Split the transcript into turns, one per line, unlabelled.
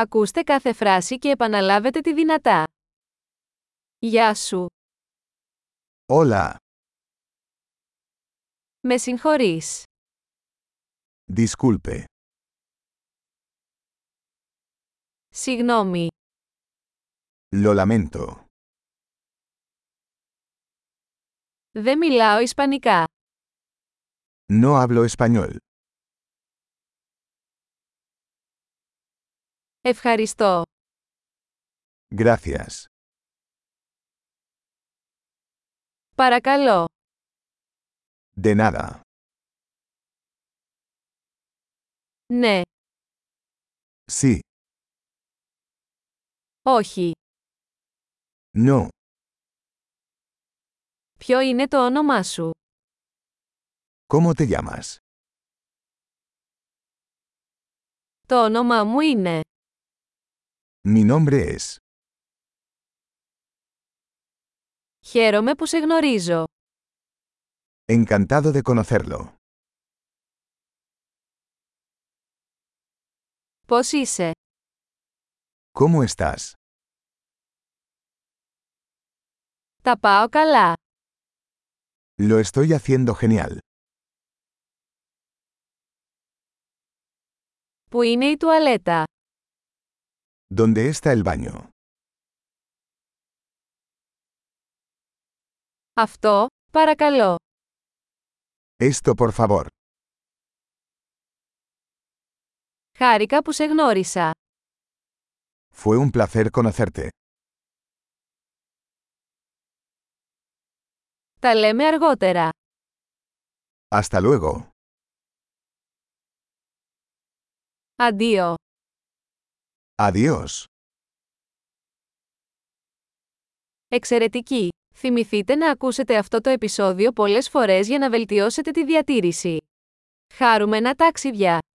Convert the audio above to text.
Ακούστε κάθε φράση και επαναλάβετε τη δυνατά. Γεια σου.
Hola.
Με συγχωρείς.
Disculpe.
Συγγνώμη.
Lo lamento.
Δεν μιλάω Ισπανικά.
No hablo español.
Ευχαριστώ.
Gracias.
Παρακαλώ.
De nada.
Ναι.
Sí.
Όχι.
No.
Ποιο είναι το όνομά σου.
¿Cómo te llamas?
Το όνομά μου είναι.
Mi nombre es.
Χαίρομαι που σε γνωρίζω.
Encantado de conocerlo.
Πώς είσαι.
¿Cómo estás?
Τα πάω καλά.
Lo estoy haciendo genial.
Πού είναι η τουαλέτα.
¿Dónde está el baño?
Αυτό, παρακαλώ.
Esto por favor.
Χάρηκα που σε γνώρισα.
Fue un placer conocerte.
Τα λέμε αργότερα.
Hasta luego.
Αντίο.
Adiós.
Εξαιρετική! Θυμηθείτε να ακούσετε αυτό το επεισόδιο πολλές φορές για να βελτιώσετε τη διατήρηση. Χάρουμενα ταξίδια!